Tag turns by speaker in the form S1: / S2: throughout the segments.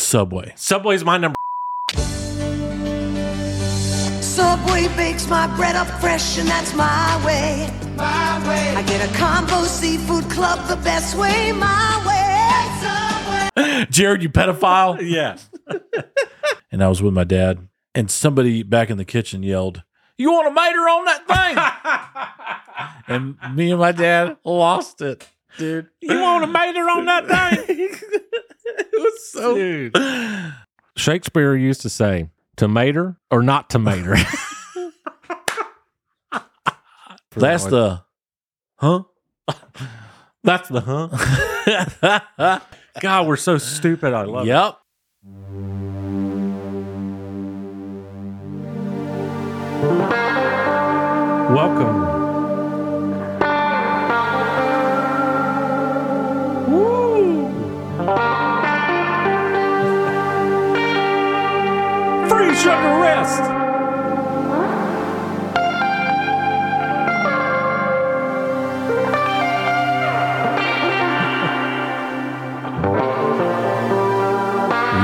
S1: Subway. Subway's my number.
S2: Subway bakes my bread up fresh, and that's my way. My way. I get a combo seafood club the best way, my way.
S1: Jared, you pedophile.
S3: Yeah.
S1: and I was with my dad, and somebody back in the kitchen yelled, "You want a mater on that thing?" and me and my dad lost it, dude.
S3: You want a mater on that thing?
S1: It was so
S3: Dude.
S4: Shakespeare used to say, tomater or not tomater.
S1: That's the, huh?
S3: That's the huh? God, we're so stupid. I love
S1: yep.
S3: it. Welcome. Woo. Free sugar rest.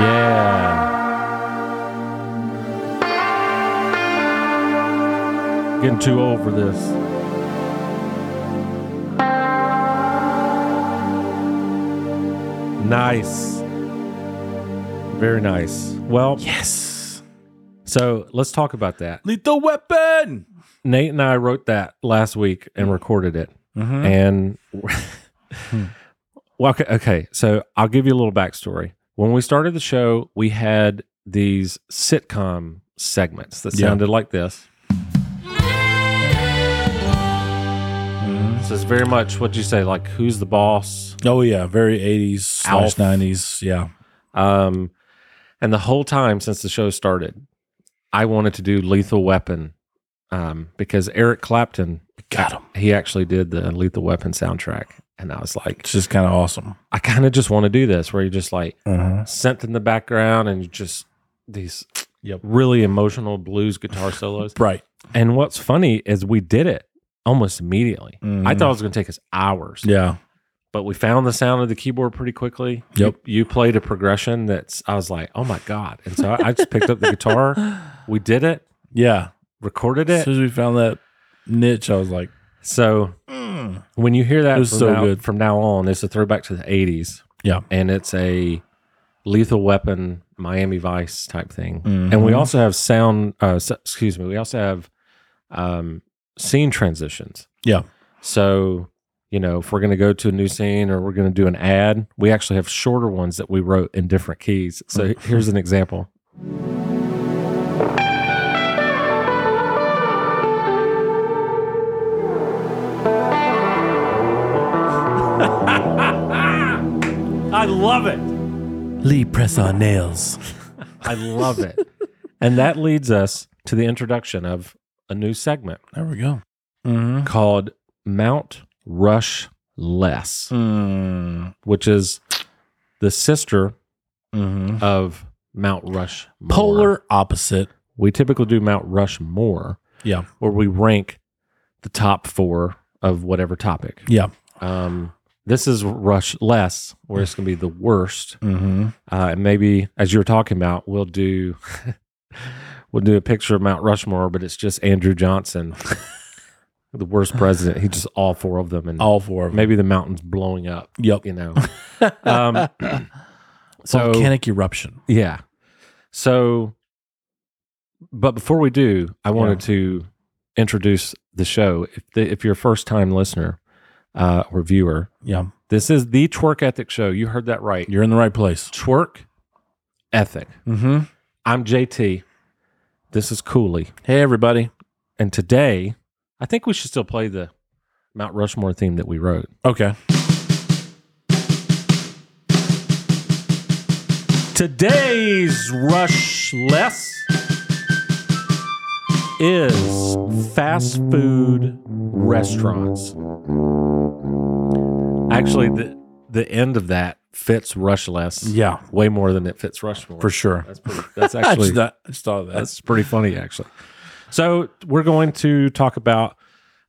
S4: Yeah. Getting too old for this. Nice. Very nice. Well,
S1: Yes.
S4: so let's talk about that.
S1: Lethal weapon.
S4: Nate and I wrote that last week and recorded it.
S1: Mm-hmm.
S4: And well, okay, okay. So I'll give you a little backstory. When we started the show, we had these sitcom segments that
S1: Yeah.
S4: sounded like this. So it's very much what you say, like who's the boss?
S1: Mm-hmm. Oh yeah, very eighties slash
S4: Alf.
S1: nineties. Yeah.
S4: Um, and the whole time since the show started, I wanted to do Lethal Weapon um, because Eric Clapton
S1: Got him.
S4: he actually did the Lethal Weapon soundtrack, and I was like,
S1: It's just kind of awesome.
S4: I kind of just want to do this where you just like
S1: Uh-huh.
S4: synth in the background and just these
S1: Yep.
S4: really emotional blues guitar solos.
S1: Right.
S4: And what's funny is we did it almost immediately. I
S1: Mhm.
S4: thought it was going to take us hours,
S1: Yeah.
S4: but we found the sound of the keyboard pretty quickly. You-
S1: Yep.
S4: You, played a progression that's, I was like, oh my God. And so I, I just picked up the guitar. We did it,
S1: Yeah.
S4: recorded
S1: As
S4: it.
S1: soon as we found that niche, I was like,
S4: So
S1: mm.
S4: when you hear that
S1: It was
S4: from,
S1: so
S4: now,
S1: good.
S4: from now on, it's a throwback to the 80s.
S1: Yeah.
S4: And it's a lethal weapon, Miami Vice type thing. And we
S1: Mhm.
S4: also have sound, uh, s- excuse me, we also have um, scene transitions.
S1: Yeah.
S4: So, you know, if we're going to go to a new scene or we're going to do an ad, we actually have shorter ones that we wrote in different keys. So
S1: Mm.
S4: here's an example.
S3: I love it.
S1: Lee press our nails.
S4: I love it. and that leads us to the introduction of a new segment
S1: There we go. Mm-hmm.
S4: called Mount Rush Less, which is the sister
S1: Mm-hmm.
S4: of Mount Rush
S1: Polar opposite.
S4: We typically do Mount Rushmore,
S1: Yeah.
S4: where we rank the top four of whatever topic.
S1: Yeah.
S4: Um, this is Rush Less, where it's going to be the worst.
S1: Mm-hmm.
S4: Uh, and maybe, as you were talking about, we'll do we'll do a picture of Mount Rushmore, but it's just Andrew Johnson, the worst president. He just all four of them, and
S1: All four of them.
S4: maybe the mountains blowing up.
S1: Yep.
S4: You know. um, so
S1: Volcanic eruption.
S4: yeah. So, but before we do, I wanted to introduce the show. If, the, if you're a first time listener uh, or viewer,
S1: Yeah.
S4: this is the Twerk Ethic Show. You heard that right.
S1: You're in the right place.
S4: Twerk Ethic.
S1: Mm-hmm.
S4: I'm JT. This is Cooley.
S1: Hey everybody.
S4: And today, I think we should still play the Mount Rushmore theme that we wrote.
S1: Okay.
S4: Today's Rush Less is fast food restaurants. Actually, the the end of that fits Rush Less
S1: Yeah.
S4: way more than it fits Rushmore.
S1: For sure.
S4: That's pretty, that's
S1: I just
S4: actually
S1: thought- I just thought of that.
S4: that's pretty funny actually. So we're going to talk about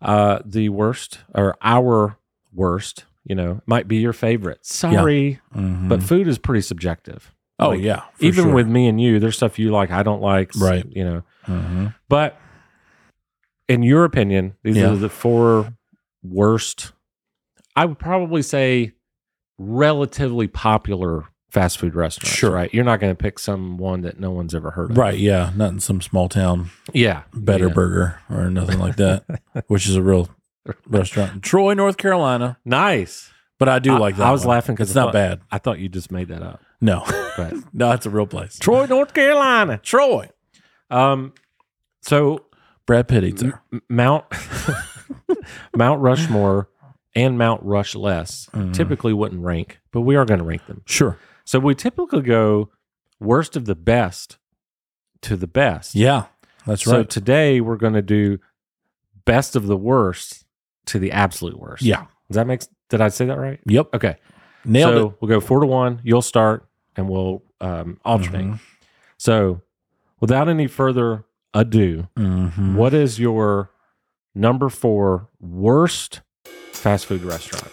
S4: uh, the worst or our worst. You know, might be your favorite. Sorry,
S1: Mhm.
S4: but food is pretty subjective.
S1: Oh
S4: Like,
S1: yeah, for
S4: Even
S1: sure.
S4: with me and you, there's stuff you like, I don't like. s-
S1: Right.
S4: You know,
S1: Mhm.
S4: but in your opinion, these
S1: Yeah.
S4: are the four worst, I would probably say relatively popular fast food restaurants.
S1: Sure.
S4: Right. You're not going to pick someone that no one's ever heard of.
S1: right, yeah, not in some small town
S4: Yeah.
S1: Better
S4: Yeah.
S1: Burger or nothing like that, which is a real restaurant in Troy, North Carolina.
S4: Nice.
S1: But I do
S4: I-
S1: like that.
S4: I was
S1: one.
S4: laughing 'cause
S1: it's
S4: I
S1: not
S4: thought-
S1: bad.
S4: I thought you just made that up.
S1: No,
S4: But
S1: no, it's a real place.
S4: Troy, North Carolina.
S1: Troy,
S4: Um, so
S1: Brad Pitt eats there.
S4: M- Mount Mount Rushmore and Mount Rushless
S1: Mhm.
S4: typically wouldn't rank, but we are going to rank them.
S1: Sure.
S4: So we typically go worst of the best to the best.
S1: Yeah, that's
S4: so
S1: right.
S4: today we're going to do best of the worst to the absolute worst.
S1: Yeah.
S4: Does that make s- Did I say that right?
S1: Yep.
S4: Okay.
S1: Nailed
S4: so
S1: it.
S4: we'll go four to one. You'll start and we'll um, alternate.
S1: Mhm.
S4: So without any further ado,
S1: Mhm.
S4: what is your number four worst fast food restaurant?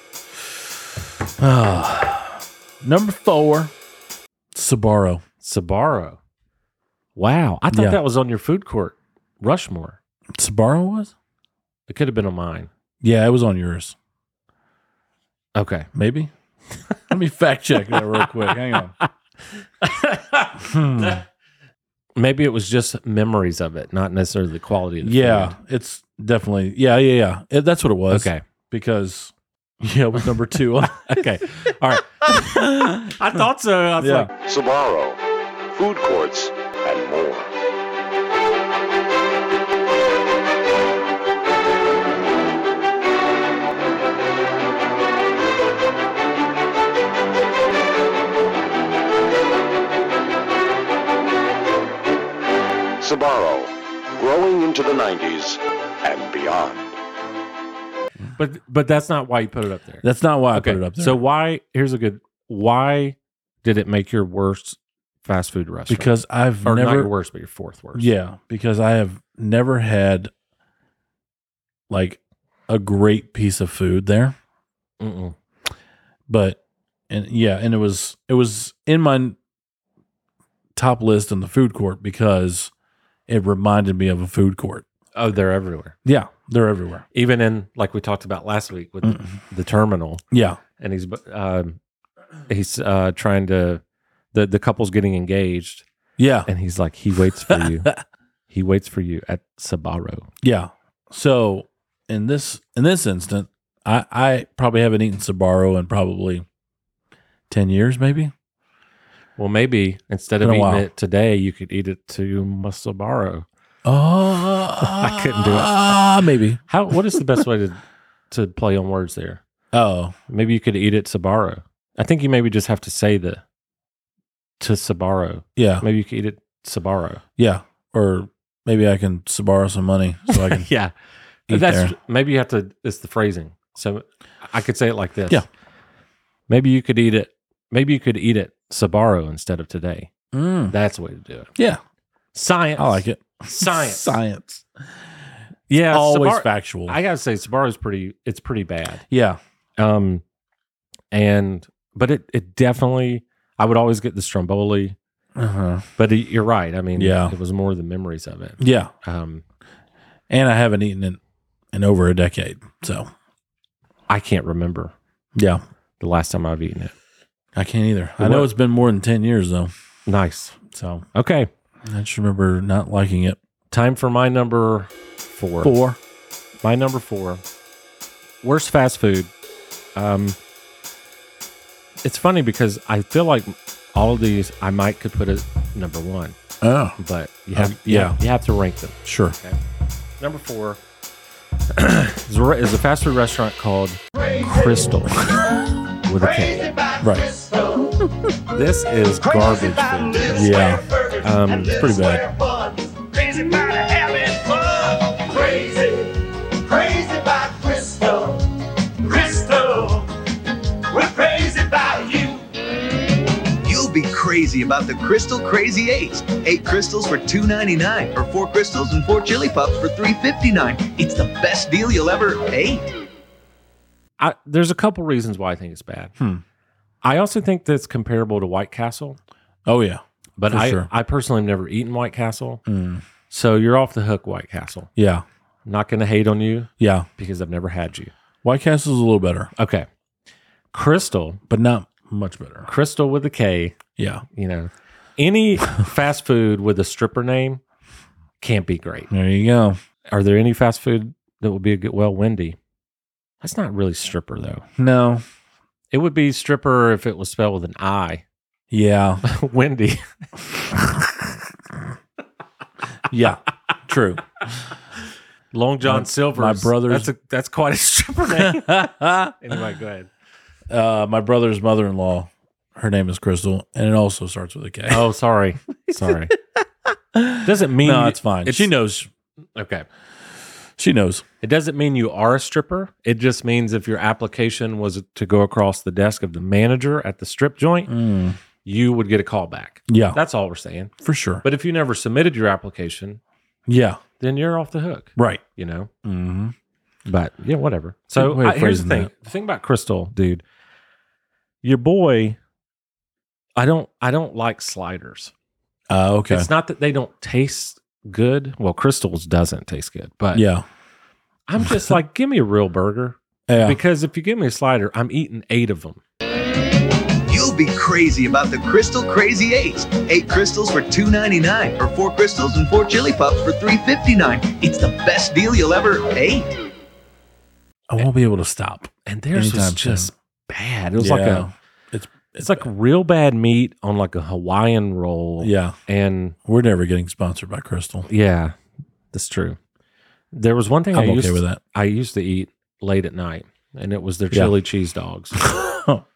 S1: Ah. number four, Sabaro.
S4: Sabaro. Wow. I thought
S1: Yeah.
S4: that was on your food court, Rushmore.
S1: Sabaro was?
S4: It could have been on mine.
S1: Yeah, it was on yours.
S4: Okay.
S1: Maybe. Let me fact check that real quick. Hang on. Hmm.
S4: Maybe it was just memories of it, not necessarily the quality of the
S1: Yeah, it's definitely. Yeah, yeah, yeah. It- that's what it
S4: food.
S1: was.
S4: Okay.
S1: Because, yeah, it was number two.
S4: Okay. All right. I thought so. I was
S1: Yeah.
S4: like,
S5: Sabaro, food courts, and more. Sabaro, growing into the 90s and beyond.
S4: but but that's not why you put it up there.
S1: that's not why I
S4: okay.
S1: put it up there.
S4: So why here's a good why did it make your worst fast food restaurant?
S1: because I've
S4: or not your
S1: never.
S4: worst, but your fourth worst.
S1: Yeah, because I have never had like a great piece of food there.
S4: Mm-mm.
S1: but and yeah and it was it was in my top list in the food court because it reminded me of a food court
S4: Oh, they're everywhere.
S1: yeah they're everywhere
S4: Even in like we talked about last week with
S1: Mm.
S4: the, the terminal,
S1: yeah
S4: and he's um, he's uh, trying to the the couple's getting engaged,
S1: yeah
S4: and he's like he waits for you. he waits for you at Sabaro.
S1: yeah so in this in this instant i i probably haven't eaten sabaro in probably 10 years maybe
S4: Well, maybe instead of
S1: Been a
S4: eating
S1: while.
S4: it today, you could eat it to Sabaro.
S1: oh i
S4: couldn't do it.
S1: ah maybe
S4: How? What is the best way to to play on words there?
S1: oh
S4: Maybe you could eat it Sabaro. I think you maybe just have to say the to Sabaro.
S1: yeah
S4: Maybe you could eat it Sabaro.
S1: yeah or maybe i can sabaro some money so i can
S4: yeah.
S1: eat
S4: That's
S1: there.
S4: maybe you have to. It's the phrasing. So I could say it like this.
S1: Yeah.
S4: Maybe you could eat it. Maybe you could eat it Sabaro instead of today.
S1: Mm,
S4: That's the way to do it.
S1: yeah
S4: Science.
S1: i like it
S4: Science.
S1: science Uh,
S4: Yeah.
S1: always
S4: Sbarro-
S1: factual.
S4: I gotta say, Sabaro's pretty. It's pretty bad.
S1: yeah,
S4: Um, and but it it definitely. I would always get the Stromboli,
S1: uh-huh.
S4: but it, you're right. I mean,
S1: Yeah.
S4: it was more the memories of it.
S1: yeah,
S4: Um,
S1: and I haven't eaten it in over a decade. So
S4: I can't remember
S1: yeah,
S4: the last time I've eaten it.
S1: I can't either. I
S4: Well,
S1: know
S4: what-
S1: it's been more than ten years though,
S4: Nice.
S1: so
S4: Okay.
S1: I just remember not liking it.
S4: Time for my number four.
S1: Four.
S4: My number four, worst fast food. Um, it's funny because I feel like all of these I might could put as number one,
S1: Oh,
S4: but you have,
S1: Um, yeah.
S4: you have to rank them.
S1: sure.
S4: Number four is a re- is a fast food restaurant called Crystal with a K.
S1: Right.
S4: This is garbage food.
S1: Yeah.
S4: Um, it's pretty bad.
S6: Crazy about having fun. Crazy, crazy about Crystal. Crystal, we're crazy about you.
S7: You'll be crazy about the Crystal Crazy Eights. Eight crystals for $2.99 or four crystals and four chili puffs for $3.59. It's the best deal you'll ever hate.
S4: I, there's a couple reasons why I think it's bad.
S1: Hmm.
S4: I also think that's comparable to White Castle.
S1: Oh yeah.
S4: But
S1: For
S4: I,
S1: sure.
S4: I personally have never eaten White Castle.
S1: Mm.
S4: So you're off the hook, White Castle.
S1: Yeah.
S4: I'm not going to hate on you
S1: Yeah.
S4: because I've never had you.
S1: White Castle's a little better,
S4: Okay. Crystal,
S1: but not much better.
S4: Crystal with a K,
S1: Yeah.
S4: you know, any fast food with a stripper name can't be great.
S1: There you go.
S4: Are there any fast food that would be a good, well, Wendy? That's not really stripper though.
S1: No.
S4: It would be stripper if it was spelled with an I.
S1: Yeah.
S4: Wendy.
S1: Yeah. True.
S4: Long John Silver.
S1: my brother's-
S4: That's, a, that's quite a stripper name. anyway, go ahead.
S1: Uh, my brother's mother in law, her name is Crystal, and it also starts with a K.
S4: Oh, sorry. Sorry. Doesn't mean
S1: no, it's fine.
S4: it's-
S1: she knows.
S4: Okay.
S1: She knows.
S4: It doesn't mean you are a stripper. It just means if your application was to go across the desk of the manager at the strip joint,
S1: Mm.
S4: you would get a call back.
S1: Yeah.
S4: That's all we're saying.
S1: for sure.
S4: But if you never submitted your application,
S1: yeah.
S4: then you're off the hook,
S1: Right.
S4: you know?
S1: Mm-hmm.
S4: But yeah, whatever. So
S1: way of
S4: I, here's the
S1: phrasing
S4: thing. The thing about Crystal, dude, your boy, I don't I don't like sliders.
S1: Uh, okay.
S4: It's not that they don't taste good. Well, Crystal's doesn't taste good, but
S1: yeah.
S4: I'm just like, give me a real burger.
S1: Yeah.
S4: Because if you give me a slider, I'm eating eight of them.
S7: You'll be crazy about the Crystal Crazy Eights. Eight crystals for $2.99 or four crystals and four chili puffs for $3.59. It's the best deal you'll ever eat.
S1: I won't be able to stop.
S4: And theirs was
S1: Anytime
S4: just
S1: soon.
S4: bad. It was like
S1: Yeah.
S4: a
S1: It's
S4: it's like real bad meat on like a Hawaiian roll.
S1: yeah.
S4: And
S1: We're never getting sponsored by Crystal.
S4: yeah, that's true. There was one thing i
S1: I'm
S4: used
S1: okay with that.
S4: I used to eat late at night, and it was their
S1: Yeah.
S4: chili cheese dogs.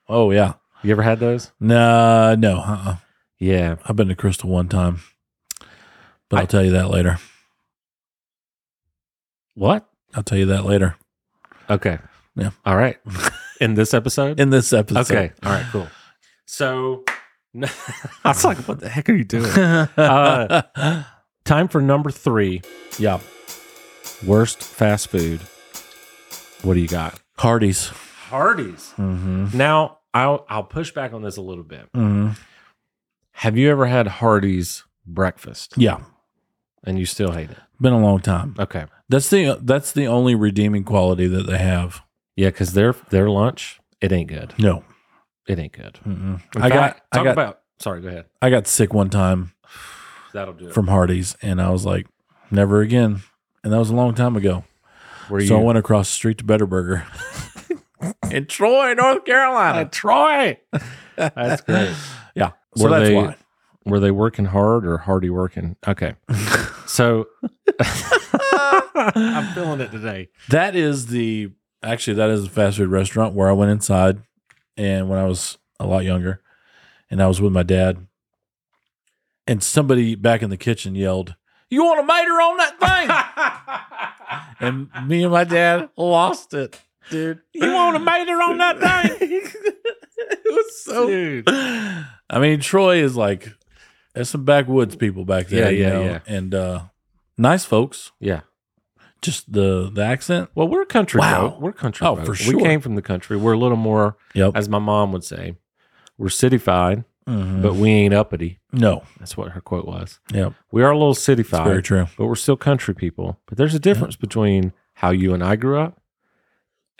S1: oh yeah.
S4: you ever had those?
S1: Nah, no. Uh-uh.
S4: Yeah.
S1: I've been to Crystal one time, but I'll
S4: I-
S1: tell you that later.
S4: What?
S1: I'll tell you that later
S4: Okay.
S1: Yeah.
S4: All right. In this episode?
S1: in this episode.
S4: okay. All right, cool. So I was like, what the heck are you doing? Uh, Time for number three.
S1: yeah.
S4: Worst fast food. What do you got?
S1: Hardee's.
S4: Hardee's.
S1: Mm-hmm.
S4: Now, I'll I'll push back on this a little bit.
S1: Mm-hmm.
S4: Have you ever had Hardee's breakfast
S1: Yeah.
S4: and you still hate it?
S1: Been a long time.
S4: Okay.
S1: That's the that's the only redeeming quality that they have.
S4: Yeah, because their their lunch, it ain't good.
S1: No.
S4: It ain't good.
S1: Mm-mm.
S4: In
S1: I got
S4: fact,
S1: I
S4: talk
S1: got
S4: about sorry, go ahead.
S1: I got sick one time
S4: That'll do it.
S1: from Hardee's and I was like, never again. And that was a long time ago.
S4: Were
S1: so I went across the street to Better Burger.
S4: in Troy, North Carolina. Troy. That's great.
S1: Yeah. So
S4: Were
S1: that's
S4: they-
S1: why.
S4: Were they working hard or hardy working? Okay. So I'm feeling it today.
S1: That is the actually that is a fast food restaurant where I went inside and when I was a lot younger and I was with my dad and somebody back in the kitchen yelled, "You want a miter on that thing?" and me and my dad lost it, dude. You want a miter on that thing? it was so
S4: Dude.
S1: I mean, Troy is like there's some backwoods people back there,
S4: Yeah,
S1: you
S4: yeah,
S1: know,
S4: yeah.
S1: and uh nice folks.
S4: Yeah.
S1: Just the the accent.
S4: Well, we're country
S1: Wow.
S4: folk. We're country
S1: Oh,
S4: folk.
S1: for
S4: We
S1: sure.
S4: came from the country. We're a little more,
S1: Yep.
S4: as my mom would say, we're cityfied,
S1: Mhm.
S4: but we ain't uppity.
S1: no.
S4: That's what her quote was.
S1: Yep.
S4: We are a little
S1: It's very
S4: cityfied,
S1: true.
S4: but we're still country people. But there's a difference between how you and I grew up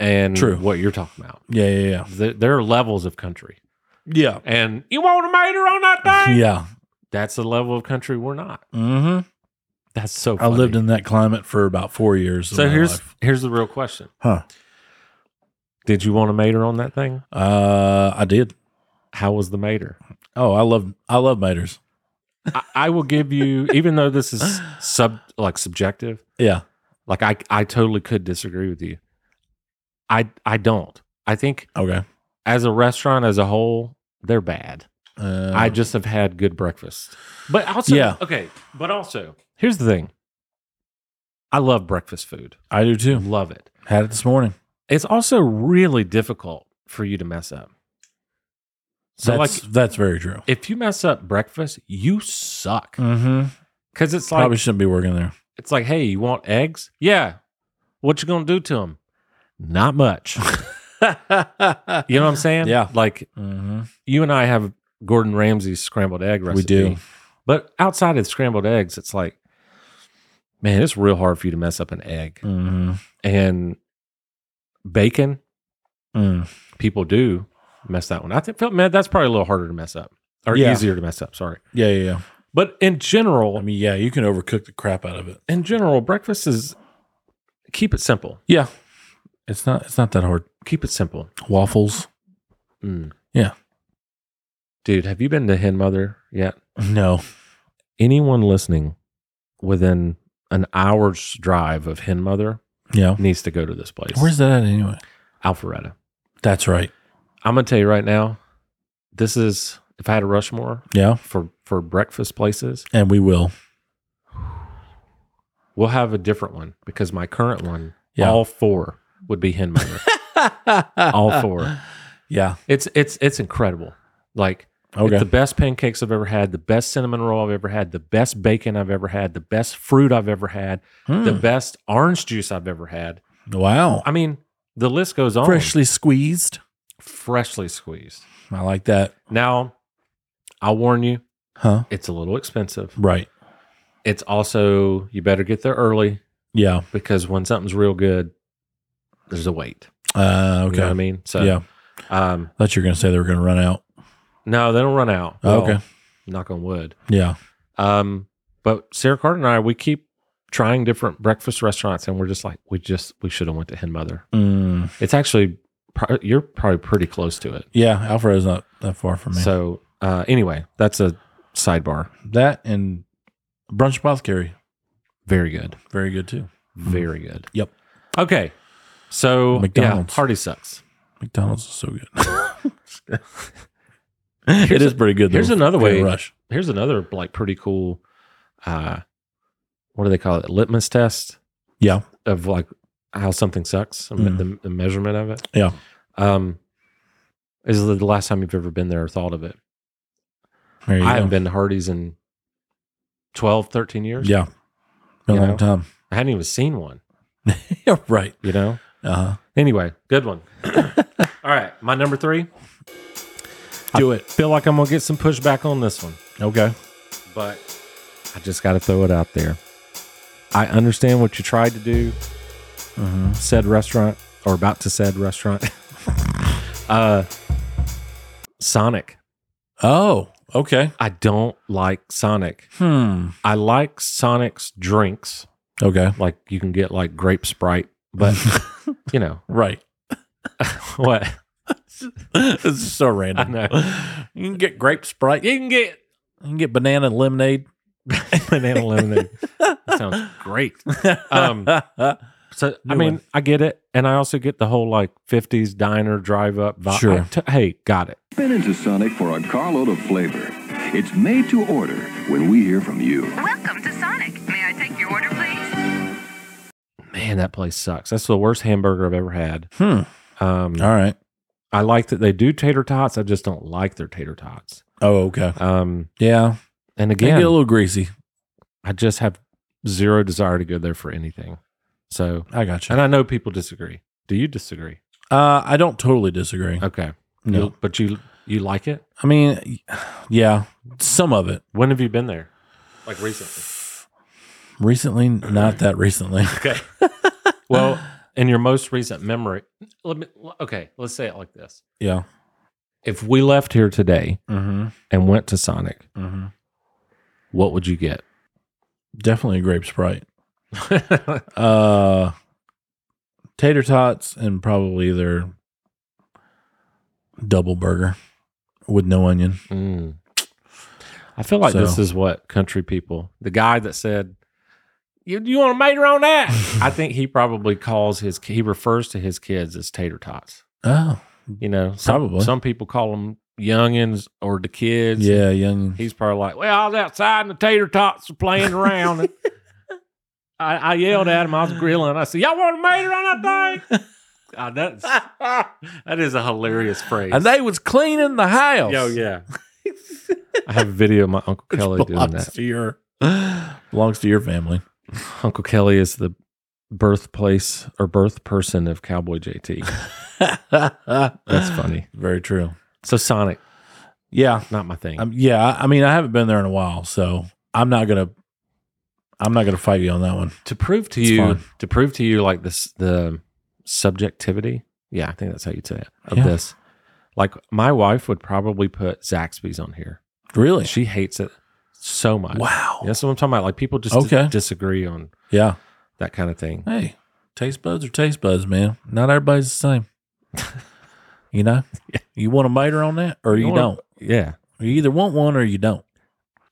S4: and
S1: True.
S4: what you're talking about.
S1: Yeah, yeah, yeah.
S4: There, there are levels of country.
S1: Yeah.
S4: And you want a mater on that thing?
S1: Yeah.
S4: That's the level of country we're not.
S1: Mm-hmm.
S4: That's so
S1: I
S4: funny.
S1: lived in that climate for about four years. of
S4: So
S1: my
S4: here's
S1: life.
S4: here's the real question.
S1: Huh.
S4: Did you want a mater on that thing?
S1: Uh, I did.
S4: How was the mater?
S1: Oh, I love I love maters.
S4: I, I will give you, even though this is sub like subjective,
S1: Yeah.
S4: like I I totally could disagree with you. I I don't. I think
S1: Okay.
S4: as a restaurant as a whole, they're bad.
S1: Uh,
S4: I just have had good breakfast. But also
S1: Yeah.
S4: okay, but also here's the thing. I love breakfast food.
S1: I do too.
S4: Love it.
S1: Had it this morning.
S4: It's also really difficult for you to mess up. So
S1: that's
S4: like
S1: that's very true.
S4: if you mess up breakfast, you suck.
S1: Mm-hmm.
S4: Cuz it's like
S1: Probably shouldn't be working there.
S4: it's like, "Hey, you want eggs?" Yeah. What you going to do to them? Not much. you know what I'm saying?
S1: Yeah.
S4: Like
S1: Mm-hmm.
S4: you and I have Gordon Ramsay's scrambled egg recipe.
S1: We do.
S4: But outside of scrambled eggs, it's like, man, it's real hard for you to mess up an egg.
S1: Mm-hmm.
S4: And bacon,
S1: Mm.
S4: people do mess that one. I think felt man, that's probably a little harder to mess up or
S1: Yeah.
S4: easier to mess up. Sorry,
S1: Yeah, yeah, yeah.
S4: but in general,
S1: I mean, yeah, you can overcook the crap out of it.
S4: in general, breakfast is keep it simple.
S1: Yeah, it's not. It's not that hard.
S4: Keep it simple,
S1: Waffles.
S4: Mm.
S1: Yeah.
S4: dude. Have you been to Hen Mother yet?
S1: No.
S4: Anyone listening within an hour's drive of Hen Mother
S1: Yeah.
S4: needs to go to this place.
S1: Where's that at anyway?
S4: Alpharetta?
S1: That's right.
S4: I'm gonna tell you right now. This is if I had a Rushmore
S1: Yeah,
S4: for for breakfast places,
S1: and we will.
S4: We'll have a different one because my current one,
S1: Yeah.
S4: all four would be hen mother. all four.
S1: Yeah.
S4: It's it's it's incredible. Like it's
S1: Okay.
S4: the best pancakes I've ever had, the best cinnamon roll I've ever had, the best bacon I've ever had, the best fruit I've ever had,
S1: Hmm.
S4: the best orange juice I've ever had.
S1: wow.
S4: I mean, the list goes on.
S1: Freshly squeezed.
S4: freshly squeezed.
S1: I like that.
S4: Now, I'll warn you,
S1: Huh.
S4: it's a little expensive.
S1: Right.
S4: It's also you better get there early
S1: Yeah.
S4: because when something's real good, there's a wait.
S1: Uh, okay.
S4: You know what I mean? So
S1: Yeah.
S4: um
S1: I thought you were gonna say they were gonna run out.
S4: no, they don't run out.
S1: Oh,
S4: Well,
S1: okay.
S4: Knock on wood.
S1: Yeah.
S4: Um, but Sarah Carter and I, we keep trying different breakfast restaurants and we're just like, we just we should have went to Hen Mother.
S1: Mm.
S4: It's actually pro- you're probably pretty close to it.
S1: Yeah. Alfredo's not that far from me.
S4: So uh anyway, that's a sidebar.
S1: that and brunch apothecary,
S4: Very good.
S1: very good too.
S4: Very good.
S1: Mm-hmm. Yep.
S4: Okay. So
S1: McDonald's.
S4: yeah, party sucks.
S1: McDonald's is so good. it is pretty good.
S4: here's another way-
S1: Fair Rush.
S4: Here's another like pretty cool uh what do they call it? Litmus test.
S1: Yeah.
S4: of like how something sucks and
S1: Mm.
S4: the, the measurement of it.
S1: Yeah.
S4: Um, is the last time you've ever been there or thought of it?
S1: There you
S4: I haven't
S1: go.
S4: been to Hardee's in 12, 13 years.
S1: Yeah. Been a
S4: You
S1: long
S4: know?
S1: time.
S4: I hadn't even seen one,
S1: yeah. Right.
S4: you know?
S1: Uh huh.
S4: Anyway, good one. All right. My number three.
S1: Do
S4: I
S1: it.
S4: Feel like I'm going to get some pushback on this one,
S1: Okay.
S4: but I just got to throw it out there. I understand what you tried to do, said restaurant or about to said restaurant. uh, Sonic.
S1: Oh. Okay.
S4: I don't like Sonic.
S1: Hmm.
S4: I like Sonic's drinks.
S1: Okay.
S4: Like you can get like grape Sprite, but you know
S1: Right.
S4: what?
S1: this is so random.
S4: I
S1: You can get grape sprite.
S4: You can get
S1: You can get banana and lemonade.
S4: banana lemonade. That sounds great. Um, so I mean,
S1: one.
S4: I get it, and I also get the whole like '50s diner drive up vibe.
S1: Sure.
S4: I t- hey, got it.
S8: Been into Sonic for a carload of flavor. It's made to order when we hear from you.
S9: Welcome to Sonic. May I take your order, please?
S4: Man, that place sucks. That's the worst hamburger I've ever had.
S1: Hmm.
S4: Um,
S1: All right.
S4: I like that they do tater tots. I just don't like their tater tots.
S1: Oh, okay.
S4: Um,
S1: Yeah.
S4: and
S1: They
S4: again,
S1: get a little greasy.
S4: I just have zero desire to go there for anything. So,
S1: I got you.
S4: and I know people disagree. Do you disagree?
S1: Uh, I don't totally disagree.
S4: Okay.
S1: No.
S4: You- but you you like it?
S1: I mean, yeah, some of it.
S4: When have you been there? Like recently?
S1: Recently, not that recently.
S4: Okay. well, in your most recent memory, let me. Okay, let's say it like this:
S1: yeah.
S4: If we left here today
S1: Mm-hmm.
S4: and went to Sonic,
S1: Mm-hmm.
S4: what would you get?
S1: Definitely a grape sprite. Uh, tater tots and probably their double burger with no onion.
S4: Mm. I feel like
S1: So-
S4: this is what country people. The guy that said, "You you want to major on that?" I think he probably calls his he refers to his kids as tater tots.
S1: Oh,
S4: You know, some,
S1: Probably.
S4: some people call them youngins or the kids.
S1: yeah, young.
S4: He's probably like, "Well, I was outside and the tater tots were playing around." and I, I yelled at him. I was grilling. I said, "Y'all want to major on that thing?" Ah, that's, that is a hilarious phrase.
S1: And they was cleaning the house.
S4: Yo, Oh, yeah. I have a video of my Uncle Kelly doing
S1: belongs
S4: that.
S1: to your belongs to your family.
S4: Uncle Kelly is the birthplace or birth person of Cowboy JT.
S1: That's
S4: funny.
S1: Very true.
S4: So Sonic,
S1: Yeah.
S4: Not my thing.
S1: Um, yeah. I- I mean, I haven't been there in a while, so I'm not gonna. I'm not gonna fight you on that one.
S4: to prove to
S1: It's
S4: you
S1: fine.
S4: to prove to you like this the subjectivity yeah i think that's how you'd say it of
S1: Yeah.
S4: this like my wife would probably put zaxby's on here
S1: Really?
S4: she hates it so much
S1: Wow.
S4: that's what i'm talking about like people just
S1: Okay.
S4: disagree on
S1: Yeah.
S4: that kind of thing
S1: Hey, taste buds are taste buds, man. Not everybody's the same. you know, you want a miter on that, or you,
S4: You want
S1: don't.
S4: yeah
S1: You either want one or you don't.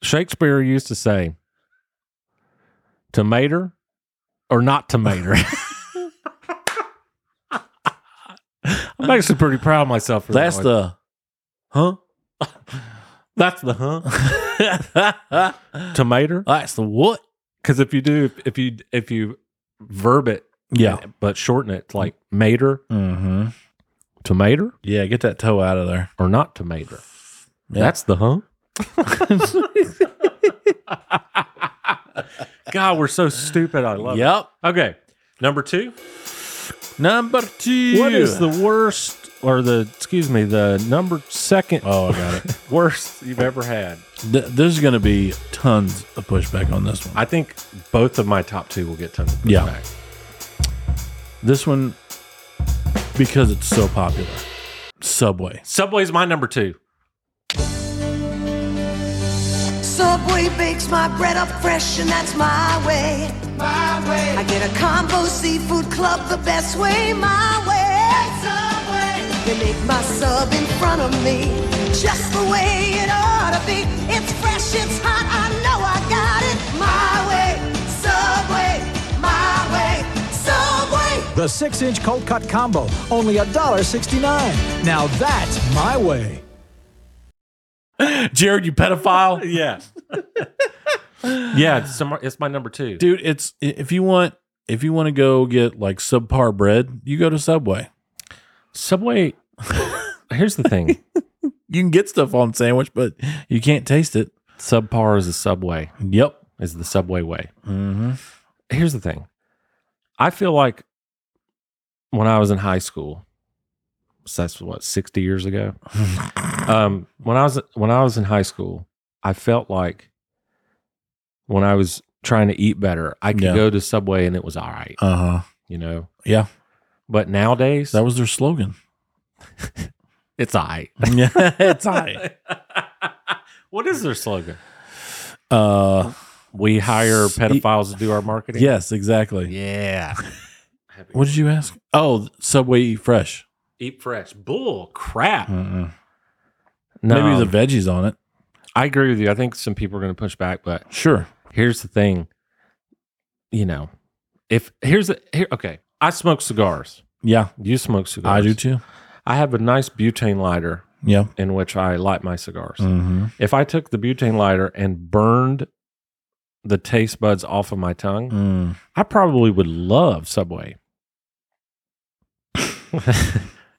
S4: shakespeare used to say to mater or not to mater i'm actually pretty proud of myself for
S1: That's
S4: that
S1: the
S4: one.
S1: huh.
S4: that's the huh to mater
S1: That's the what?
S4: Because Uh, if you do, if you if you verb it,
S1: Yeah.
S4: but shorten it to like mater,
S1: Mm-hmm.
S4: tomater,
S1: Yeah. Get that toe out of there.
S4: or not tomater.
S1: Yeah.
S4: That's the huh. God, we're so stupid. I love
S1: yep.
S4: it. Okay, number two.
S1: Number two.
S4: What is the worst, or the excuse me, the number second
S1: Oh, I got it.
S4: worst you've ever had?
S1: Th- there's going to be tons of pushback on this one.
S4: I think both of my top two will get tons of
S1: Yeah.
S4: pushback.
S1: This one, because it's so popular, Subway.
S4: Subway's my number two.
S2: Subway bakes my bread up fresh, and that's my way. My way. I get a combo seafood club the best way, my way. Subway. They make my sub in front of me, just the way it ought to be. It's fresh, it's hot, I know I got it. My way, Subway, my way, Subway.
S10: The six inch cold cut combo, only $1.69. Now that's my way.
S1: Jared, you pedophile.
S4: Yeah. yeah, it's, some, it's my number two.
S1: Dude, it's if you want if you want to go get like subpar bread, you go to Subway.
S4: Subway. Here's the thing:
S1: You can get stuff on sandwich, but you can't taste it.
S4: subpar is the subway,
S1: Yep.
S4: is the subway way.
S1: Mm-hmm.
S4: Here's the thing: I feel like when I was in high school, so that's what sixty years ago. um, when I was when I was in high school, I felt like when I was trying to eat better, I could
S1: Yeah.
S4: go to Subway and it was all right,
S1: Uh huh.
S4: you know.
S1: Yeah.
S4: But nowadays,
S1: That was their slogan.
S4: it's all right.
S1: yeah, it's high.
S4: what is their slogan?
S1: Uh,
S4: We hire pedophiles to do our marketing.
S1: yes, exactly.
S4: Yeah.
S1: What did you ask? Oh, Subway Eat Fresh.
S4: Eat fresh. Bull crap.
S1: Mm-mm.
S4: No, um,
S1: Maybe the veggies on it.
S4: I agree with you. I think some people are going to push back, but
S1: Sure.
S4: here's the thing. You know, if here's the here. Okay, I smoke cigars.
S1: Yeah,
S4: You smoke cigars.
S1: I do too.
S4: I have a nice butane lighter
S1: Yeah.
S4: in which I light my cigars.
S1: Mm-hmm.
S4: If I took the butane lighter and burned the taste buds off of my tongue,
S1: Mm.
S4: I probably would love Subway.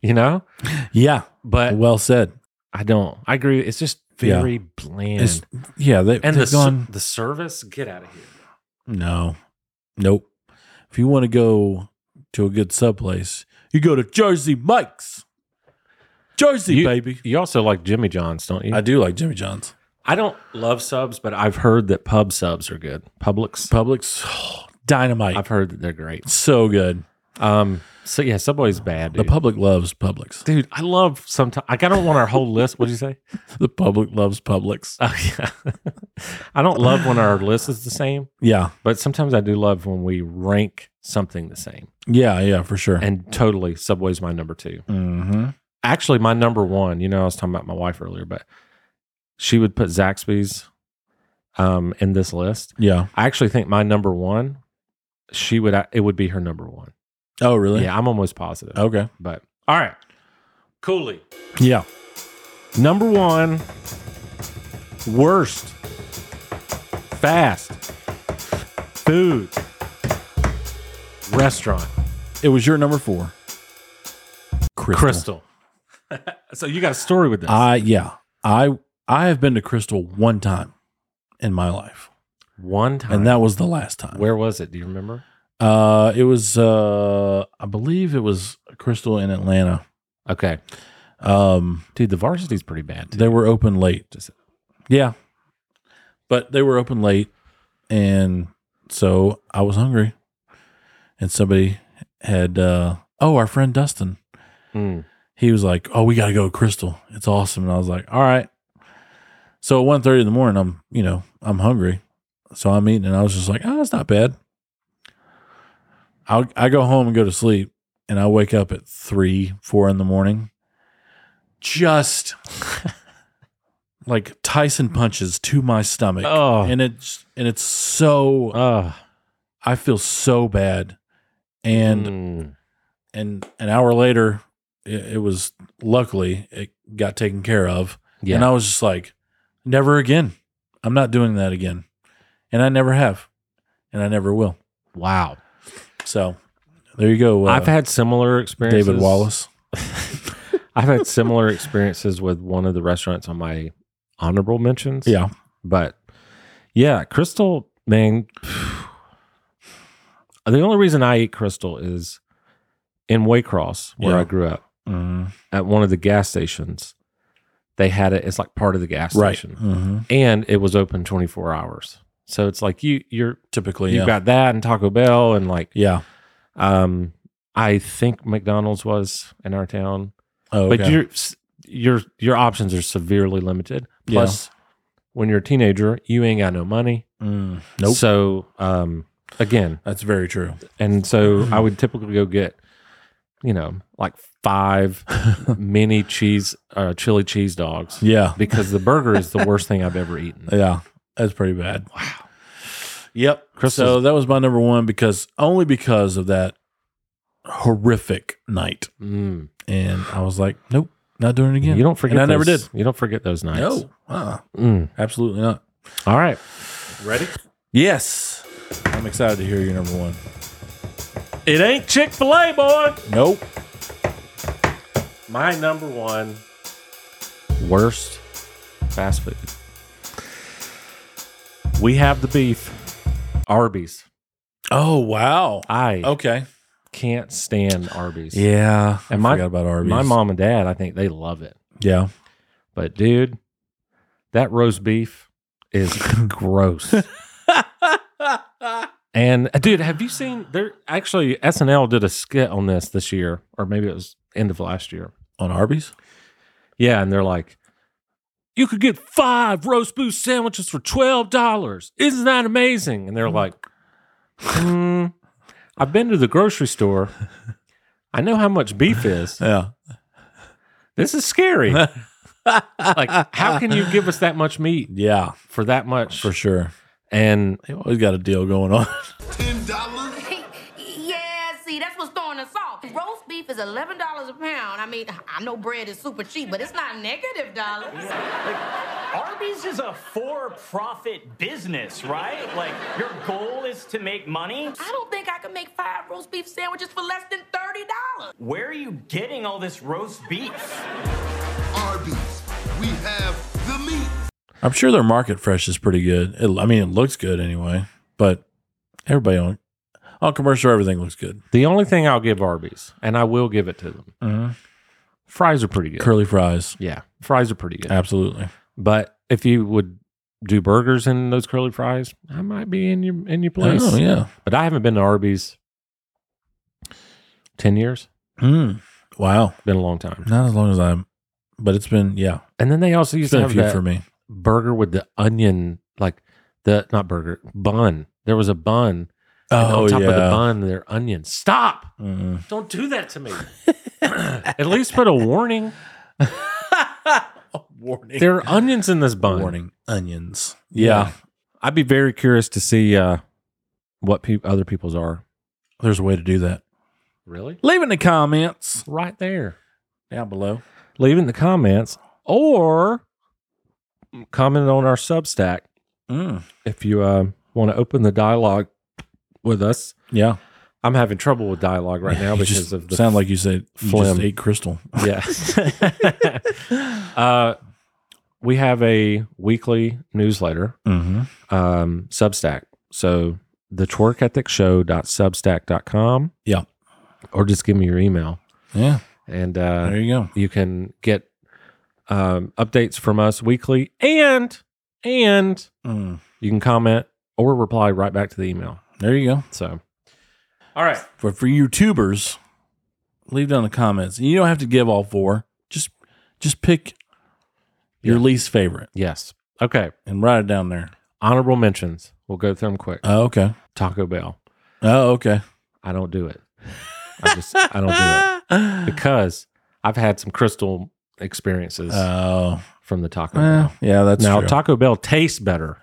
S4: you know,
S1: Yeah.
S4: but
S1: well said.
S4: I don't. I agree. It's just
S1: Yeah.
S4: very bland.
S1: It's, yeah. They,
S4: and the
S1: they've
S4: ser-
S1: gone.
S4: the service, get out of here.
S1: No. Nope. If you want to go to a good sub place, you go to Jersey Mike's. Jersey,
S4: You-
S1: baby.
S4: You also like Jimmy John's, don't you?
S1: I
S4: I,
S1: do like Jimmy John's.
S4: don't love subs, but I've heard that pub subs are good. Publix,
S1: Publix, dynamite.
S4: I've heard that they're great.
S1: so good.
S4: Um, so yeah, Subway's bad,
S1: The
S4: dude.
S1: public loves Publix.
S4: dude, I love sometimes. Like, I don't want our whole list. What'd you say?
S1: The public loves Publix.
S4: Oh yeah, I don't love when our list is the same,
S1: Yeah.
S4: but sometimes I do love when we rank something the same.
S1: Yeah. Yeah. For sure.
S4: And totally, Subway's my number two.
S1: mm-hmm.
S4: actually my number one you know i was talking about my wife earlier but she would put zaxby's um in this list
S1: Yeah.
S4: i actually think my number one she would it would be her number one
S1: Oh, really? Oh.
S4: yeah i'm almost positive
S1: Okay.
S4: but all right coolly
S1: Yeah.
S4: number one worst fast food restaurant
S1: It was your number four. Crystal.
S4: crystal Uh, so you got a story with this
S1: I yeah. I I have been to Crystal one time in my life.
S4: one time
S1: And that was the last time.
S4: where was it do you remember
S1: Uh it was uh I believe it was Crystal in Atlanta.
S4: Okay.
S1: Um,
S4: Dude, the varsity's pretty bad. Too.
S1: they were open late. Yeah, but they were open late, and so I was hungry, and somebody had uh, oh our friend Dustin.
S4: Mm.
S1: He was like, "Oh, we got to go to Crystal. It's awesome." And I was like, "All right." So at 1.30 in the morning, I'm you know I'm hungry, so I'm eating, and I was just like, "Oh, it's not bad." I I go home and go to sleep, and I wake up at three, four in the morning, just like Tyson punches to my stomach,
S4: Oh.
S1: and it's and it's so
S4: Ugh.
S1: I feel so bad, and
S4: Mm.
S1: and an hour later, it, it was luckily it got taken care of,
S4: yeah,
S1: and I was just like, never again. I'm not doing that again, and I never have, and I never will.
S4: wow.
S1: So there you go. Uh,
S4: I've had similar experiences.
S1: David Wallace.
S4: I've had similar experiences with one of the restaurants on my honorable mentions.
S1: Yeah.
S4: But yeah, Crystal, man. The only reason I eat Crystal is in Waycross, where
S1: Yeah.
S4: I grew up, at one of the gas stations. They had it, it's like part of the gas
S1: Right.
S4: station.
S1: Mhm.
S4: And it was open 24 hours. So it's like you you're
S1: Typically,
S4: you've
S1: yeah.
S4: got that and Taco Bell and like
S1: yeah.
S4: um I think McDonald's was in our town
S1: Oh,
S4: but
S1: okay.
S4: your your your options are severely limited.
S1: Yeah.
S4: Plus, when you're a teenager, you ain't got no money.
S1: Mm, nope.
S4: So um, again,
S1: That's very true.
S4: and so I would typically go get, you know, like five mini cheese uh, chili cheese dogs
S1: Yeah.
S4: because the burger is the worst thing I've ever eaten.
S1: Yeah. That's pretty bad. Wow. Yep.
S4: Crystal's-
S1: So that was my number one because only because of that horrific night.
S4: Mm.
S1: And I was like, nope, not doing it again.
S4: You don't forget.
S1: And I never
S4: those-
S1: did.
S4: You don't forget those nights.
S1: No. Uh-uh.
S4: Mm.
S1: Absolutely not.
S4: All right.
S1: Yes. I'm excited to hear your number one.
S4: It ain't Chick Fil A, boy.
S1: Nope.
S4: My number one worst fast food. We have the beef. Arby's.
S1: Oh, wow.
S4: I
S1: Okay.
S4: can't stand Arby's.
S1: Oh. Yeah.
S4: And
S1: I
S4: my-
S1: forgot about Arby's.
S4: My mom and dad, I think they love it.
S1: Yeah.
S4: But dude, that roast beef is gross. and uh, dude, have you seen there actually SNL did a skit on this this year or maybe it was end of last year.
S1: On Arby's?
S4: Yeah, and they're like, you could get five roast beef sandwiches for twelve dollars. Isn't that amazing? And
S1: Mm.
S4: they're like, hmm, I've been to the grocery store. I know how much beef is.
S1: Yeah.
S4: This is scary. like, how can you give us that much meat
S1: Yeah.
S4: for that much?
S1: For sure.
S4: And
S1: They always got a deal going on.
S9: yeah, see, that's what's throwing us off. Roast beef is eleven dollars a pound. I mean, I know bread is super cheap, but it's not negative dollars.
S11: Arby's is a for profit business, right? Like, your goal is to make money?
S9: I don't think I can make five roast beef sandwiches for less than thirty dollars.
S11: Where are you getting all this roast beef?
S6: Arby's, we have the meat.
S1: I'm sure their market fresh is pretty good. It, I mean, it looks good anyway, but everybody on on commercial, everything looks good.
S4: the only thing I'll give Arby's, and I will give it to them, fries are pretty good.
S1: Curly fries,
S4: yeah, fries are pretty
S1: Uh,
S4: good.
S1: absolutely.
S4: But if you would do burgers and those curly fries, I might be in your in your place.
S1: Oh yeah.
S4: But I haven't been to Arby's ten years.
S1: Mm. Wow.
S4: Been a long time.
S1: Not as long as I'm, but it's been yeah,
S4: And then they also
S1: it's
S4: used
S1: been
S4: to
S1: a
S4: have
S1: few
S4: that
S1: for me.
S4: burger with the onion, like the not burger bun. There was a bun. and
S1: Oh,
S4: on top of the bun, there are onions. Stop!
S1: Mm.
S4: Don't do that to me. At least put a warning.
S1: Warning.
S4: There are onions in this bun.
S1: Warning. Onions. Yeah.
S4: I'd be very curious to see uh, what peop other people's are.
S1: There's a way to do that.
S4: Really?
S1: Leave in the comments
S4: Right there.
S1: down below.
S4: leave it in the comments or comment on our Substack
S1: Mm.
S4: if you uh, want to open the dialogue with us.
S1: Yeah.
S4: I'm having trouble with dialogue right now
S1: You
S4: because
S1: just
S4: of the
S1: sound like you said you
S4: phlegm.
S1: just ate crystal.
S4: yeah. uh, we have a weekly newsletter,
S1: Mm-hmm.
S4: um, Substack. So the twerkethicshow.substack.com.
S1: Yeah.
S4: Or just give me your email
S1: Yeah.
S4: And uh,
S1: there you go.
S4: You can get um, updates from us weekly, and and you can comment or reply right back to the email.
S1: Mm. There you go.
S4: So
S3: All right.
S1: But for YouTubers, leave down the comments. And you don't have to give all four. Just just pick your least favorite.
S4: Yes. Okay.
S1: And write it down there.
S4: honorable mentions. We'll go through them quick.
S1: Oh, okay.
S4: Taco Bell.
S1: Oh, okay.
S4: I don't do it. I just I don't do it because I've had some crystal experiences
S1: Oh.
S4: from the Taco
S1: Well,
S4: Bell.
S1: yeah, that's
S4: now
S1: true. Oh.
S4: Taco Bell tastes better.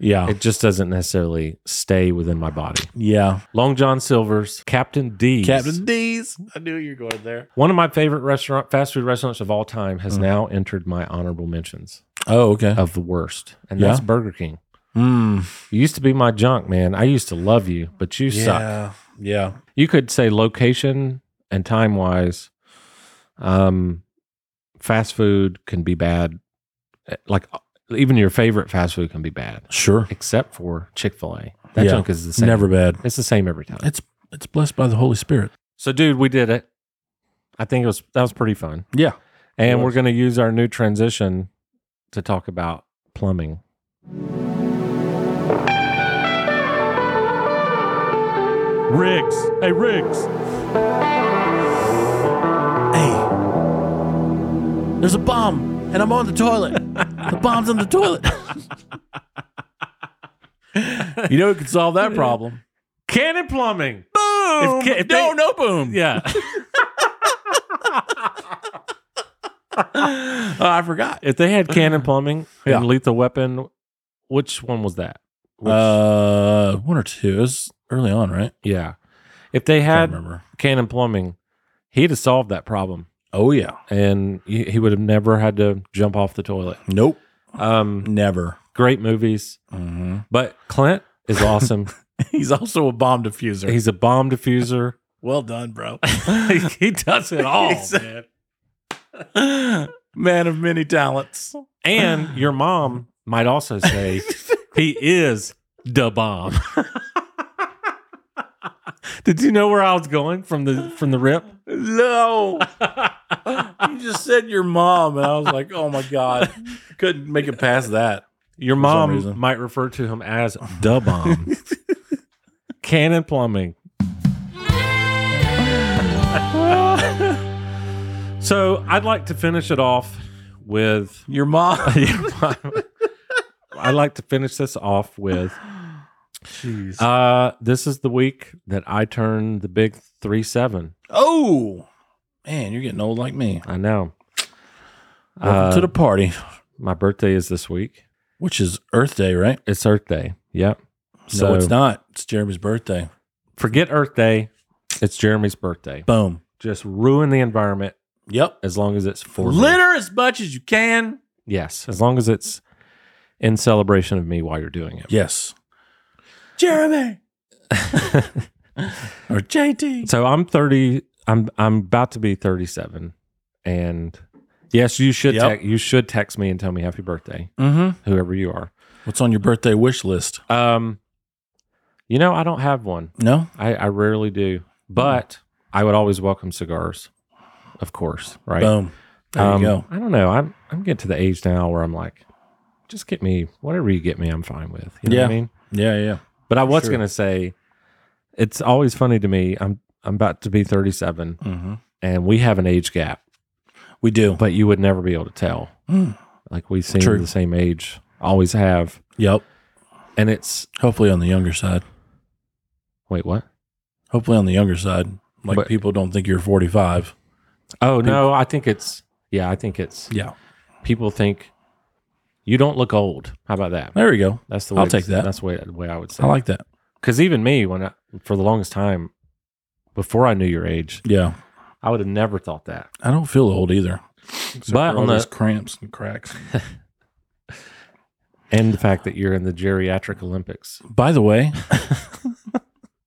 S1: yeah.
S4: It just doesn't necessarily stay within my body.
S1: yeah.
S4: Long John Silver's, Captain D's.
S1: Captain D's. I knew you were going there.
S4: One of my favorite restaurant fast food restaurants of all time
S1: Mm.
S4: has now entered my honorable mentions
S1: Oh, okay.
S4: of the worst, and
S1: Yeah.
S4: that's Burger King.
S1: Mm.
S4: You used to be my junk, man. I used to love you, but you suck.
S1: Yeah. Yeah.
S4: you could say location and time wise um fast food can be bad Eh, like uh, even your favorite fast food can be bad
S1: Sure.
S4: except for chick-fil-a that
S1: Yeah.
S4: junk is the same
S1: Never bad.
S4: it's the same every time
S1: It's it's blessed by the Holy Spirit.
S4: so dude we did it i think it was that was pretty fun
S1: Yeah.
S4: and
S1: was.
S4: we're going to use our new transition to talk about plumbing
S3: Riggs. Hey, Riggs.
S1: Hey. There's a bomb and I'm on the toilet. the bomb's on the toilet. you know who could solve that problem?
S4: cannon plumbing
S1: Boom!
S4: ca- if
S1: no,
S4: they-
S1: no boom.
S4: yeah
S1: Oh, I forgot.
S4: if they had cannon plumbing
S1: Yeah.
S4: and lethal weapon which one was that Which-
S1: Uh, one or two. It was early on, right?
S4: Yeah. If they
S1: I
S4: had
S1: remember.
S4: Cannon Plumbing, he'd have solved that problem
S1: Oh yeah.
S4: and he, he would have never had to jump off the toilet.
S1: Nope.
S4: Um,
S1: Never.
S4: great movies.
S1: Mhm.
S4: But Clint is awesome.
S1: He's also a bomb diffuser.
S4: He's a bomb diffuser.
S1: well done, bro.
S4: he does it all.
S1: He's-
S4: man.
S1: Man of many talents.
S4: And your mom might also say he is the bomb. Did you know where I was going from the from the rip?
S1: No. you just said your mom, and I was like, oh my god, couldn't make it past that.
S4: Your
S1: some
S4: mom
S1: reason.
S4: might refer to him as Da Bomb. Cannon Plumbing. so I'd like to finish it off with.
S1: Your mom.
S4: I'd like to finish this off with. Uh, this is the week that I turn the big three seven.
S1: oh man, you're getting old like me.
S4: I know.
S1: Welcome
S4: Uh,
S1: to the party,
S4: My birthday is this week.
S1: which is Earth Day, right?
S4: It's Earth Day. Yep.
S1: no, it's not. It's Jeremy's birthday.
S4: Forget Earth Day. It's Jeremy's birthday.
S1: Boom.
S4: Just ruin the environment
S1: Yep.
S4: as long as it's for me.
S1: Litter as much as you can.
S4: Yes, as long as it's in celebration of me while you're doing it.
S1: Yes. Jeremy. or JT.
S4: So I'm 30. I'm I'm about to be 37, and yes, you should
S1: Yep.
S4: te- you should text me and tell me happy birthday,
S1: Mm-hmm.
S4: whoever you are.
S1: What's on your birthday wish list?
S4: Um, you know I don't have one.
S1: No?
S4: I I rarely do, but I would always welcome cigars, of course. Right?
S1: Boom. There
S4: Um,
S1: you go.
S4: I don't know. I'm I'm getting to the age now where I'm like, just get me whatever you get me. I'm fine with. You know
S1: Yeah.
S4: what I mean?
S1: Yeah, yeah.
S4: But I was
S1: sure.
S4: gonna say, it's always funny to me. I'm I'm about to be 37,
S1: Mm-hmm.
S4: and we have an age gap,
S1: We do.
S4: but you would never be able to tell. Like we seem
S1: True.
S4: the same age, always have,
S1: yep.
S4: and it's
S1: Hopefully on the younger side.
S4: wait what?
S1: Hopefully on the younger side. Like
S4: But-
S1: people don't think you're 45.
S4: Oh no, I think it's yeah, I think it's
S1: Yeah.
S4: people think you don't look old. How about that?
S1: There we go.
S4: That's the way
S1: I'll take that.
S4: That's the way the way I would say.
S1: I like that.
S4: because even me when I, for the longest time before I knew your age,
S1: Yeah.
S4: I would have never thought that.
S1: I don't feel old either. Except
S4: But
S1: for
S4: on
S1: all
S4: the-
S1: these cramps and cracks.
S4: And the fact that you're in the geriatric Olympics.
S1: By the way,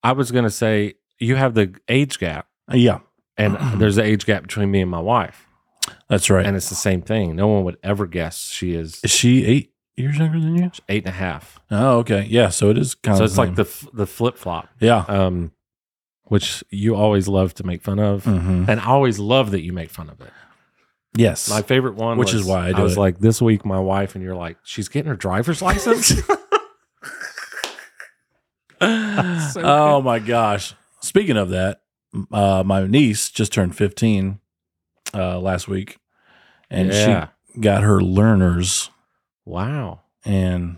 S4: I was going to say you have the age gap,
S1: uh, yeah,
S4: and there's the age gap between me and my wife,
S1: that's right.
S4: and it's the same thing. No one would ever guess she is
S1: is she eight years younger than you?
S4: eight and a half.
S1: Oh, okay. Yeah. So it is kind
S4: So
S1: of.
S4: it's like the f- the flip flop.
S1: Yeah.
S4: Um, which you always love to make fun of,
S1: Mhm.
S4: and I always love that you make fun of it.
S1: Yes.
S4: My favorite one,
S1: Which is
S4: was-
S1: why I do
S4: was
S1: it.
S4: like, this week my wife and you're like, she's getting her driver's license.
S1: oh my gosh. Speaking of that, m- uh, my niece just turned 15 uh, last week and
S4: Yeah.
S1: she got her learners.
S4: wow,
S1: And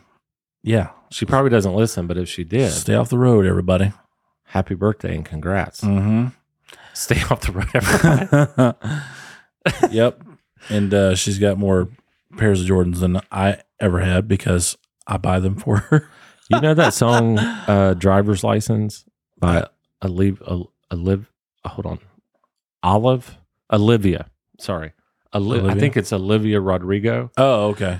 S1: yeah,
S4: she probably doesn't listen, but if she did,
S1: stay off the road, everybody.
S4: happy birthday and congrats.
S1: Mm-hmm.
S4: Stay off the road. everybody.
S1: yep. And uh, she's got more pairs of Jordans than I ever had because I buy them for her.
S4: you know that song, uh, "Driver's License" by Olive, Olive. oh, Hold on, Olive Olivia. Sorry, Oli- I
S1: Olivia?
S4: think it's Olivia Rodrigo.
S1: Oh, okay.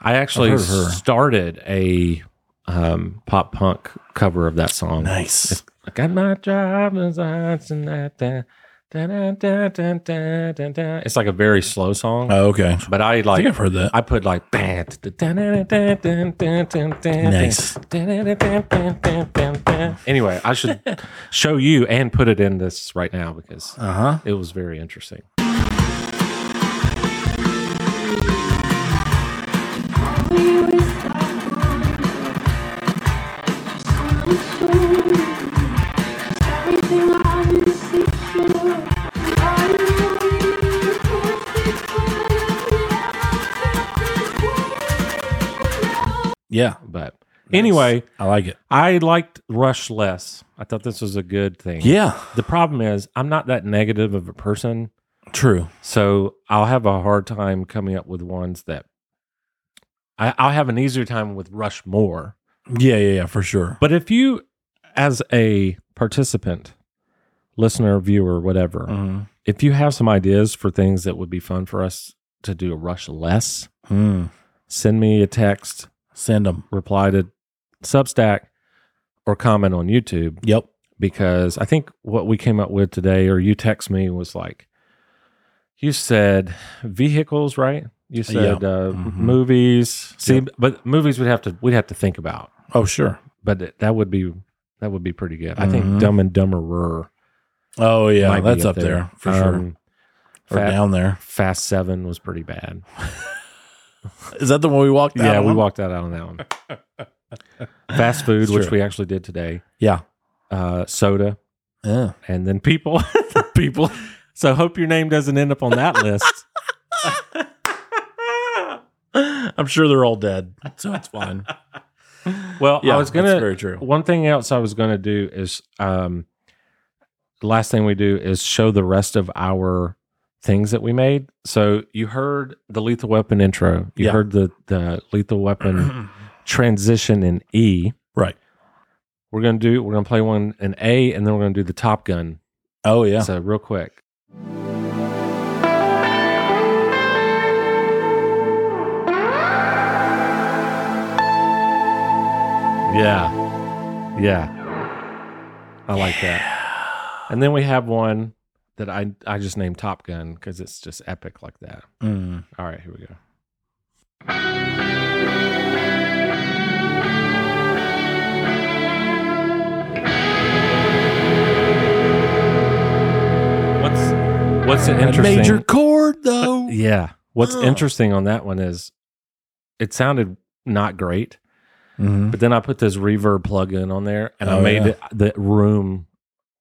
S4: I actually
S1: I've heard of her.
S4: started a um, pop punk cover of that song.
S1: Nice.
S4: I got my driver's license. da, da, da, da, da, da, da, da, da. It's like a very slow song,
S1: Oh, okay.
S4: but I
S1: I
S4: like.
S1: think I've heard that.
S4: I put like nice.
S1: Nice.
S4: Anyway, I should show you and put it in this right now because
S1: Uh huh.
S4: it was very interesting.
S1: Yeah.
S4: But anyway,
S1: I like it.
S4: I liked Rush less. I thought this was a good thing.
S1: Yeah.
S4: The problem is I'm not that negative of a person,
S1: True.
S4: so I'll have a hard time coming up with ones that I, I'll have an easier time with Rush more.
S1: Yeah. Yeah. Yeah. For sure.
S4: But if you, as a participant, listener, viewer, whatever,
S1: Mhm.
S4: if you have some ideas for things that would be fun for us to do a rush less,
S1: Hmm.
S4: send me a text,
S1: Send them.
S4: reply to Substack, or comment on YouTube
S1: Yep.
S4: because I think what we came up with today, or you text me, was like you said vehicles, right? You said uh,
S1: Mhm.
S4: movies. See, but movies we'd have to we'd have to think about,
S1: Oh, sure.
S4: but th- that would be that would be pretty good. I think
S1: Mhm.
S4: Dumb and Dumberer.
S1: Oh, yeah.
S4: might be
S1: that's up, there. for
S4: Um,
S1: sure. Or
S4: Fat-
S1: down there.
S4: Fast Seven was pretty bad.
S1: Is that the one we walked?
S4: yeah,
S1: out
S4: we
S1: on?
S4: walked out on that one. Fast food,
S1: It's
S4: which
S1: true.
S4: we actually did today.
S1: Yeah.
S4: Uh, soda,
S1: Yeah.
S4: and then people, people. So hope your name doesn't end up on that list.
S1: I'm sure they're all dead, so it's fine.
S4: Well,
S1: Yeah,
S4: I was
S1: that's
S4: gonna.
S1: very true.
S4: One thing else I was gonna do is, um, the last thing we do is show the rest of our things that we made. So you heard the Lethal Weapon intro. You
S1: Yeah.
S4: heard the the Lethal Weapon transition in E.
S1: right.
S4: We're gonna do. We're gonna play one in A, and then we're gonna do the Top Gun.
S1: Oh yeah.
S4: So real quick. Yeah. Yeah. I like that. And then we have one that I I just named Top Gun because it's just epic like that.
S1: Mm.
S4: All right, here we go. What's what's an interesting
S1: Major Oh. chord though.
S4: Yeah. What's
S1: Ugh.
S4: interesting on that one is it sounded not great,
S1: Mhm.
S4: but then I put this reverb plug in on there and I
S1: Oh,
S4: made
S1: yeah. Mm.
S4: it, the room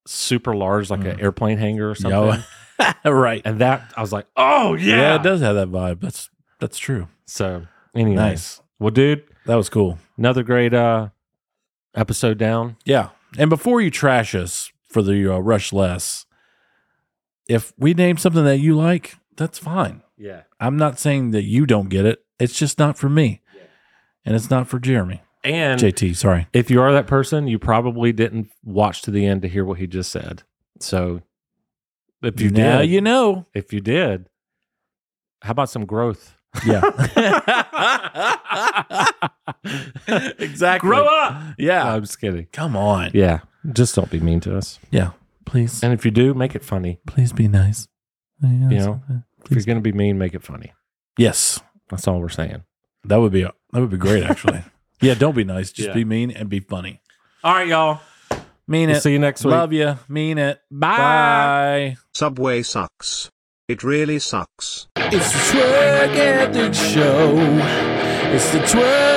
S4: super large, like an airplane hangar or something.
S1: Yeah. right.
S4: And that I was like, oh yeah.
S1: Yeah, it does have that vibe. That's that's true.
S4: So anyway.
S1: Nice.
S4: Well, dude,
S1: That was cool.
S4: another great uh episode down.
S1: Yeah. And before you trash us for the uh, rush less, if we name something that you like, that's fine.
S4: Yeah.
S1: I'm not saying that you don't get it. It's just not for me. And it's not for Jeremy.
S4: And
S1: JT, sorry.
S4: if you are that person, you probably didn't watch to the end to hear what he just said. So if you
S1: now
S4: did,
S1: you know.
S4: if you did, how about some growth?
S1: Yeah.
S4: exactly. Grow up.
S1: yeah.
S4: I'm just kidding.
S1: Uh, Come on.
S4: Yeah. Just don't be mean to us.
S1: Yeah. Please.
S4: And if you do, make it funny.
S1: Please be nice.
S4: You know, if you're going to be mean, make it funny.
S1: Yes.
S4: That's all we're saying.
S1: That would be that would be great actually. yeah, don't be nice. Just
S4: Yeah.
S1: be mean and be funny.
S4: All right, y'all.
S1: Mean
S4: We'll
S1: it.
S4: see you next week.
S1: Love you. Mean it. Bye.
S12: Subway sucks. It really sucks.
S1: It's the Twerk Ethics Show. It's the Twerk